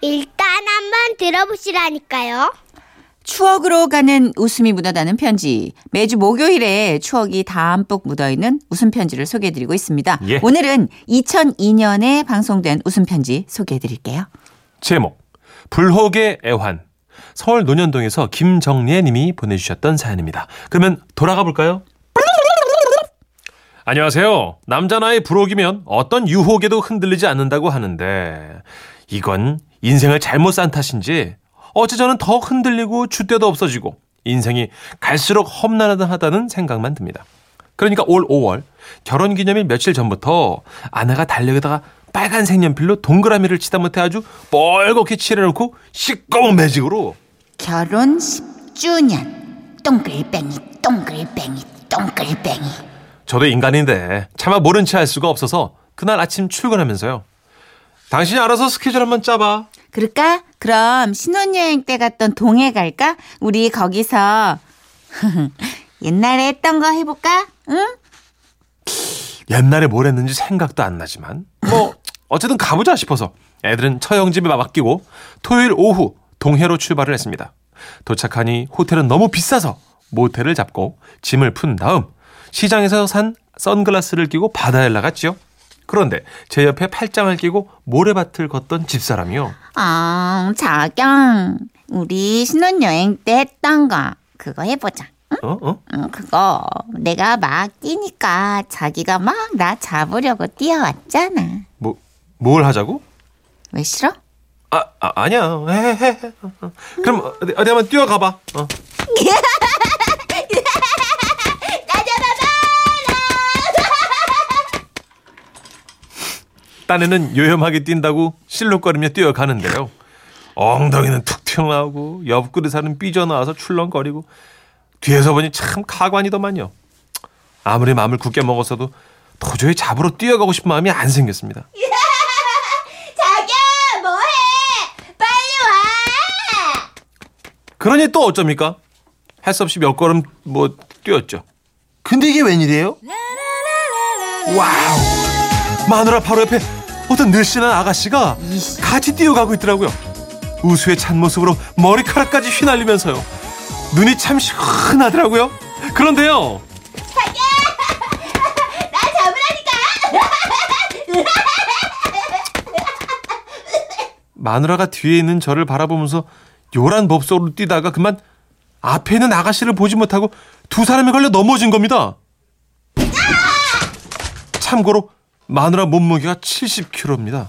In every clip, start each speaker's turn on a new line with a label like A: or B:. A: 일단 한번 들어보시라니까요.
B: 추억으로 가는 웃음이 묻어나는 편지. 매주 목요일에 추억이 담뿍 묻어있는 웃음 편지를 소개해드리고 있습니다.
C: 예.
B: 오늘은 2002년에 방송된 웃음 편지 소개해드릴게요.
C: 제목 불혹의 애환 서울 논현동에서 김정례 님이 보내주셨던 사연입니다. 그러면 돌아가 볼까요? 안녕하세요. 남자 나이 불혹이면 어떤 유혹에도 흔들리지 않는다고 하는데 이건 인생을 잘못 산 탓인지 어째 저는 더 흔들리고 줏대도 없어지고 인생이 갈수록 험난하다는 생각만 듭니다. 그러니까 올 5월 결혼 기념일 며칠 전부터 아내가 달력에다가 빨간 색연필로 동그라미를 치다 못해 아주 뻘겋게 칠해놓고 시꺼먼 매직으로
B: 결혼 10주년.
D: 동글뱅이 동글뱅이 동글뱅이
C: 저도 인간인데 차마 모른 채 할 수가 없어서 그날 아침 출근하면서요. 당신이 알아서 스케줄 한번 짜봐.
B: 그럴까? 그럼 신혼여행 때 갔던 동해 갈까? 우리 거기서 옛날에 했던 거 해볼까? 응?
C: 옛날에 뭘 했는지 생각도 안 나지만 뭐 어쨌든 가보자 싶어서 애들은 처형 집에 맡기고 토요일 오후 동해로 출발을 했습니다. 도착하니 호텔은 너무 비싸서 모텔을 잡고 짐을 푼 다음 시장에서 산 선글라스를 끼고 바다에 나갔지요. 그런데 제 옆에 팔짱을 끼고 모래밭을 걷던 집사람이요.
B: 어, 자경. 우리 신혼여행 때 했던 거 그거 해보자.
C: 어? 어?
B: 음, 그거 내가 막 뛰니까 자기가 막 나 잡으려고 뛰어왔잖아.
C: 뭐, 뭘 하자고?
B: 왜 싫어?
C: 아, 아 아니야. 해, 해, 해. 어, 어. 그럼 어디, 어디 한번 뛰어가봐. 어. 딴에는 요염하게 뛴다고 실룩거리며 뛰어가는데요. 엉덩이는 툭 튀어나오고 옆구리 살은 삐져나와서 출렁거리고 뒤에서 보니 참 가관이더만요. 아무리 마음을 굳게 먹었어도 도저히 잡으러 뛰어가고 싶은 마음이 안 생겼습니다.
A: 자기야, 뭐해? 빨리 와!
C: 그러니 또 어쩝니까? 할 수 없이 몇 걸음 뭐 뛰었죠. 근데 이게 웬일이에요? 와우! 마누라 바로 옆에 어떤 늘씬한 아가씨가 같이 뛰어가고 있더라고요. 우수의 찬 모습으로 머리카락까지 휘날리면서요. 눈이 참 시원하더라고요. 그런데요. 마누라가 뒤에 있는 저를 바라보면서 요란 법석으로 뛰다가 그만 앞에 있는 아가씨를 보지 못하고 두 사람이 걸려 넘어진 겁니다. 참고로 마누라 몸무게가 70kg입니다.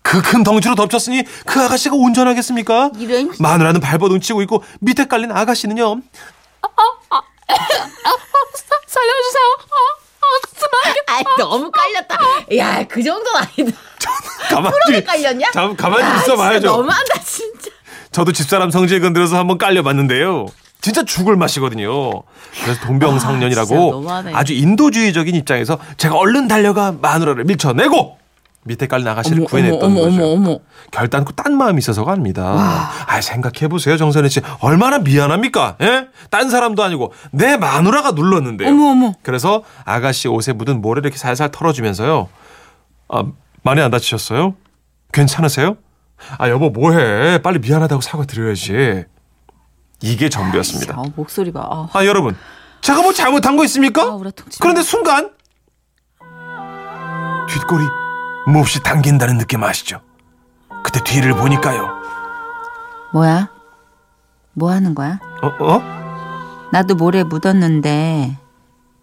C: 그 큰 덩치로 덮쳤으니 그 아가씨가 운전하겠습니까?
B: 이런.
C: 마누라는 발버둥 치고 있고 밑에 깔린 아가씨는요.
B: 어, 아 너무 깔렸다. 야 그 정도 아니다.
C: 가만히
B: 깔렸냐? 아,
C: 잠 가만히 있어 봐야죠.
B: 너무한다 진짜.
C: 저도 집사람 성질 건드려서 한번 깔려봤는데요. 진짜 죽을 맛이거든요. 그래서
B: 아, 진짜
C: 동병상련이라고
B: 너무하네.
C: 아, 주 인도주의적인 입장에서 제가 얼른 달려가 마누라를 밀쳐내고 밑에 깔린 아가씨를 구해냈던 거죠. 결단코 딴 마음이 있어서가 아닙니다. 아, 생각해보세요, 정선혜 씨. 얼마나 미안합니까? 예? 딴 사람도 아니고 내 마누라가 눌렀는데요.
B: 어머, 어머.
C: 그래서 아가씨 옷에 묻은 모래를 이렇게 살살 털어주면서요. 아, 많이 안 다치셨어요? 괜찮으세요? 아, 여보, 뭐해. 빨리 미안하다고 사과드려야지. 이게 전부였습니다.
B: 아, 목소리 봐. 아.
C: 아, 여러분. 제가 뭐 잘못한 거 있습니까?
B: 아, 우라통치.
C: 그런데 순간 뒷골이 몹시 당긴다는 느낌 아시죠? 그때 뒤를 보니까요.
B: 뭐야? 뭐 하는 거야?
C: 어? 어?
B: 나도 모래 묻었는데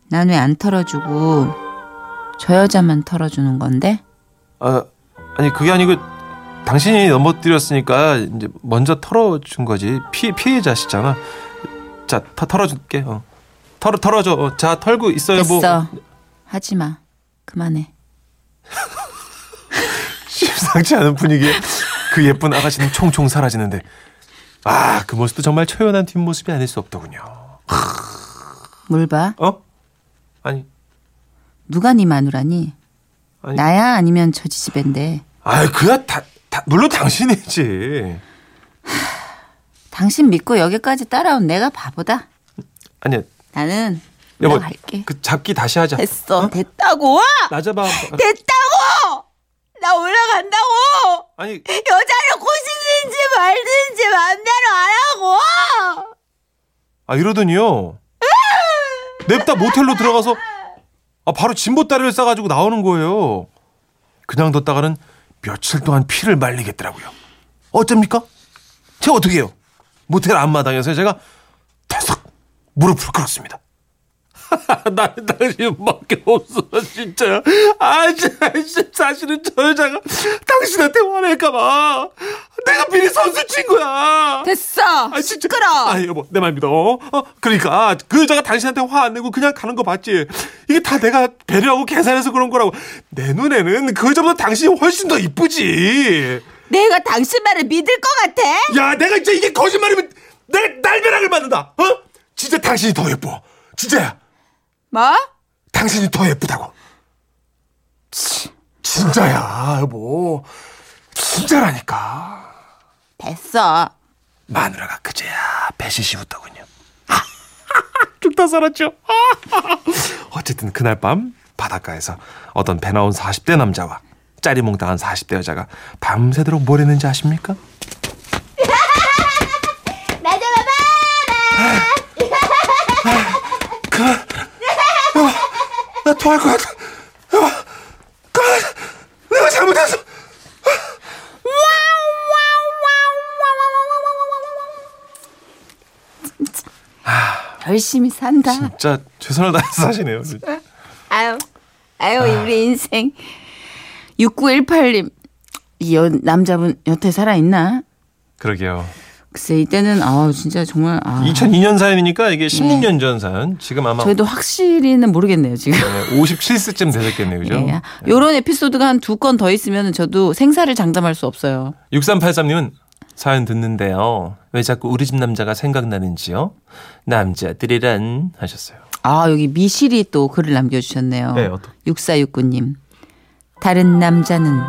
B: 난 왜 안 털어주고 저 여자만 털어주는 건데?
C: 아, 아니 그게 아니고 당신이 넘어뜨렸으니까 이제 먼저 털어준 거지. 피 피해자시잖아. 자, 터, 털어줄게. 어. 털어 털어줘. 어, 자, 털고 있어요. 뭐
B: 됐어. 하지 마. 그만해.
C: 심상치 않은 분위기에 그 예쁜 아가씨는 총총 사라지는데 아, 그 모습도 정말 초연한 뒷모습이 아닐 수 없더군요.
B: 물 봐.
C: 어? 아니,
B: 누가 네 마누라니?
C: 아니.
B: 나야 아니면 저 지지배인데
C: 아이 그야 다, 다 물론 당신이지.
B: 당신 믿고 여기까지 따라온 내가 바보다.
C: 아니야.
B: 나는
C: 여보.
B: 올라갈게.
C: 그 잡기 다시 하자.
B: 됐어. 됐다고.
C: 낮아봐.
B: 됐다고. 나 올라간다고.
C: 아니
B: 여자를 고신이 하든지 말든지 맘대로 안 하고.
C: 아 이러더니요. 냅다 모텔로 들어가서 아 바로 짐보따리를 싸가지고 나오는 거예요. 그냥 뒀다가는 며칠 동안 피를 말리겠더라고요. 어쩝니까? 제가 어떻게 해요? 모텔 앞마당에서 제가 타석 무릎을 꿇었습니다. 나는 당신밖에 없어 진짜 아 진짜 사실은 저 여자가 당신한테 화낼까봐 내가 미리 선수 친 거야
B: 됐어.
C: 아, 진짜.
B: 시끄러.
C: 아, 여보, 내 말 믿어. 어, 그러니까 그 여자가 당신한테 화 안 내고 그냥 가는 거 봤지. 이게 다 내가 배려하고 계산해서 그런 거라고. 내 눈에는 그 여자보다 당신이 훨씬 더 이쁘지.
B: 내가 당신 말을 믿을 것 같아?
C: 야, 내가 이제 이게 거짓말이면 내가 날벼락을 맞는다. 어? 진짜 당신이 더 예뻐. 진짜야.
B: 뭐?
C: 당신이 더 예쁘다고. 진짜야, 여보. 진짜라니까.
B: 됐어.
C: 마누라가 그제야 배시 씹었더군요. 죽다 살았죠. 어쨌든 그날 밤 바닷가에서 어떤 배 나온 40대 남자와 짜리몽땅한 40대 여자가 밤새도록 뭘 했는지 아십니까?
A: 나도 봐봐.
C: 나 토할 것 같아. 여보, 그만. 내가 잘못했어.
B: 열심히 산다.
C: 진짜 최선을 다해서 하시네요.
B: 아유, 아유, 우리 인생. 6918님. 이 여, 남자분 여태 살아있나?
C: 그러게요.
B: 글쎄, 이때는, 아우, 진짜 정말, 아.
C: 2002년 사연이니까 이게 16년 전 사연. 지금 아마
B: 저희도 확실히는 모르겠네요, 지금.
C: 57세쯤 되셨겠네요. 그죠?
B: 예. 요런 에피소드가 한 두 건 더 있으면 저도 생사를 장담할 수 없어요.
C: 6383님은 사연 듣는데요. 왜 자꾸 우리 집 남자가 생각나는지요? 남자들이란 하셨어요.
B: 아, 여기 미실이 또 글을 남겨주셨네요.
C: 네, 어떡-
B: 6469님. 다른 남자는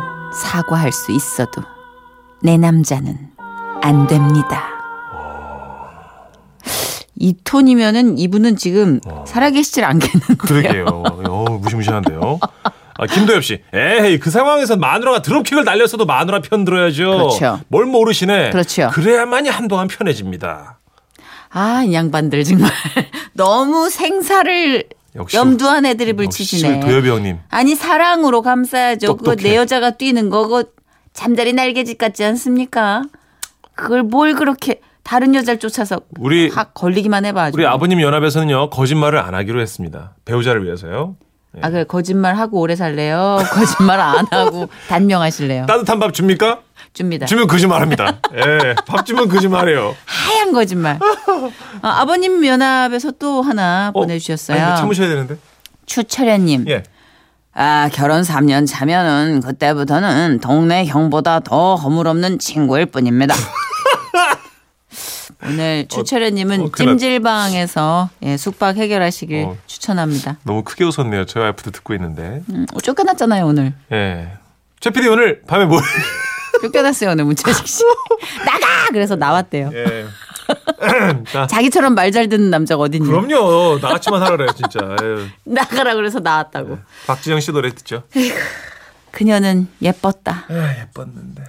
B: 사과할 수 있어도 내 남자는 안 됩니다. 이 톤이면은 이분은 지금 살아계시질 않겠는데.
C: 그러게요. 어, 무시무시한데요. 아, 김도엽 씨. 에이, 그 상황에서 마누라가 드롭킥을 날렸어도 마누라 편 들어야죠.
B: 그렇죠.
C: 뭘 모르시네.
B: 그렇죠.
C: 그래야만이 한동안 편해집니다.
B: 아, 이 양반들 정말 너무 생사를
C: 역시-
B: 염두한 애드립을
C: 역시
B: 치시네.
C: 도엽이 형님.
B: 아니 사랑으로 감싸야죠. 그거
C: 똑똑해.
B: 내 여자가 뛰는 거고 잠자리 날개짓 같지 않습니까? 그걸 뭘 그렇게 다른 여자를 쫓아서
C: 우리-
B: 확 걸리기만 해봐. 아주.
C: 우리 아버님 연합에서는요. 거짓말을 안 하기로 했습니다. 배우자를 위해서요.
B: 아 그래 거짓말 하고 오래 살래요. 거짓말 안 하고 단명하실래요.
C: 따뜻한 밥 줍니까?
B: 줍니다.
C: 주면 거짓말합니다. 예. 밥 주면 거짓말해요.
B: 하얀 거짓말. 아, 버님 연합에서 또 하나
C: 어,
B: 보내주셨어요.
C: 아니, 참으셔야 되는데.
B: 추철현님.
C: 예.
B: 아, 결혼 3년 차면은 그때부터는 동네 형보다 더 허물없는 친구일 뿐입니다. 오늘 추철현님은
C: 어, 큰일 났-
B: 찜질방에서 예, 숙박 해결하시길
C: 어.
B: 추천합니다.
C: 너무 크게 웃었네요. 저희 와이프도 듣고 있는데.
B: 음, 어, 쫓겨났잖아요 오늘.
C: 예. 최 PD 오늘 밤에 뭐?
B: 쫓겨났어요 오늘 문채식 씨. 나가 그래서 나왔대요.
C: 예. 나,
B: 자기처럼 말 잘 듣는 남자가 어딨니?
C: 그럼요. 나같이만 하라래요, 진짜. 예.
B: 나가라 그래서 나왔다고.
C: 네. 박지영 씨 노래 듣죠.
B: 그녀는 예뻤다.
C: 아, 예뻤는데.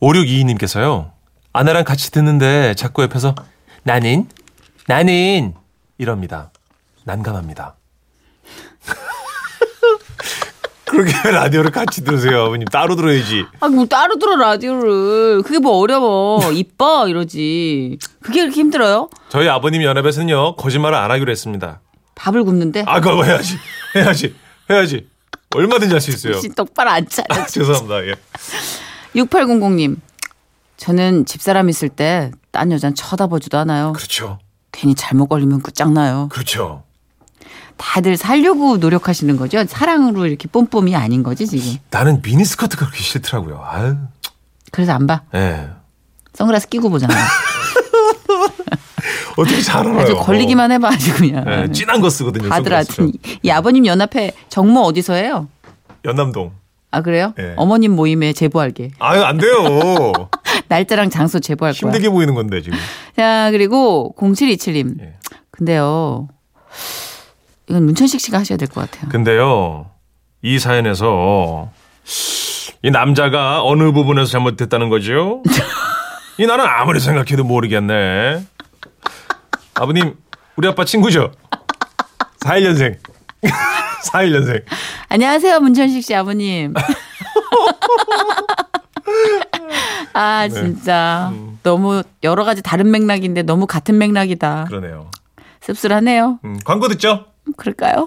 C: 오6 2 2님께서요 아내랑 같이 듣는데 자꾸 옆에서 나는 나는 이럽니다. 난감합니다. 그렇게 라디오를 같이 들으세요, 아버님. 따로 들어야지.
B: 아, 뭐 따로 들어 라디오를. 그게 뭐 어려워. 이뻐 이러지. 그게 그렇게 힘들어요?
C: 저희 아버님 연합에서는요 거짓말을 안 하기로 했습니다.
B: 밥을 굽는데
C: 아 그거 해야지, 해야지, 해야지. 얼마든지 할 수 있어요.
B: 혹시 똑바로 안 차려.
C: 아, 죄송합니다. 예.
B: 6800님. 저는 집사람 있을 때 딴 여잔 쳐다보지도 않아요.
C: 그렇죠,
B: 괜히 잘못 걸리면 끝장나요.
C: 그렇죠.
B: 다들 살려고 노력하시는 거죠? 사랑으로 이렇게 뽐뽐이 아닌 거지, 지금.
C: 나는 미니스커트가 그렇게 싫더라고요. 아유,
B: 그래서 안 봐.
C: 예.
B: 선글라스 끼고 보잖아.
C: 어떻게 잘 알아요?
B: 아주 걸리기만 해봐 아주 그냥.
C: 네, 진한 거 쓰거든요.
B: 다들
C: 선글라스를.
B: 하여튼 이 아버님 연합회 정모 어디서 해요?
C: 연남동.
B: 아 그래요?
C: 네.
B: 어머님 모임에 제보할게.
C: 아유 안 돼요.
B: 날짜랑 장소 제보할 거야.
C: 힘들게 보이는 건데 지금.
B: 자 그리고 0727님.
C: 예.
B: 근데요. 이건 문천식 씨가 하셔야 될 것
C: 그
B: 같아요.
C: 근데요 이 사연에서 이 남자가 어느 부분에서 잘못됐다는 거죠? 이 나는 아무리 생각해도 모르겠네. 아버님 우리 아빠 친구죠? 41년생. 41년생.
B: 안녕하세요 문천식 씨 아버님. 아
C: 네.
B: 진짜
C: 음.
B: 너무 여러 가지 다른 맥락인데 너무 같은 맥락이다.
C: 그러네요.
B: 씁쓸하네요.
C: 음, 광고 듣죠?
B: 그럴까요?